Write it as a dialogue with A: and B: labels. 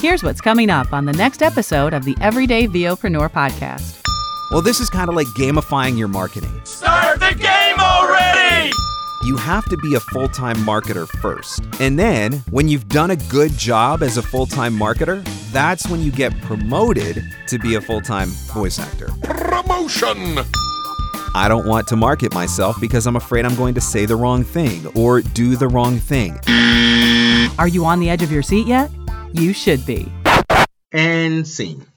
A: Here's what's coming up on the next episode of the Everyday Vopreneur podcast.
B: Well, this is kind of like gamifying your marketing.
C: Start the game already!
B: You have to be a full time marketer first. And then, when you've done a good job as a full time marketer, that's when you get promoted to be a full time voice actor.
C: Promotion!
B: I don't want to market myself because I'm afraid I'm going to say the wrong thing or do the wrong thing.
A: Are you on the edge of your seat yet? You should be.
D: And scene.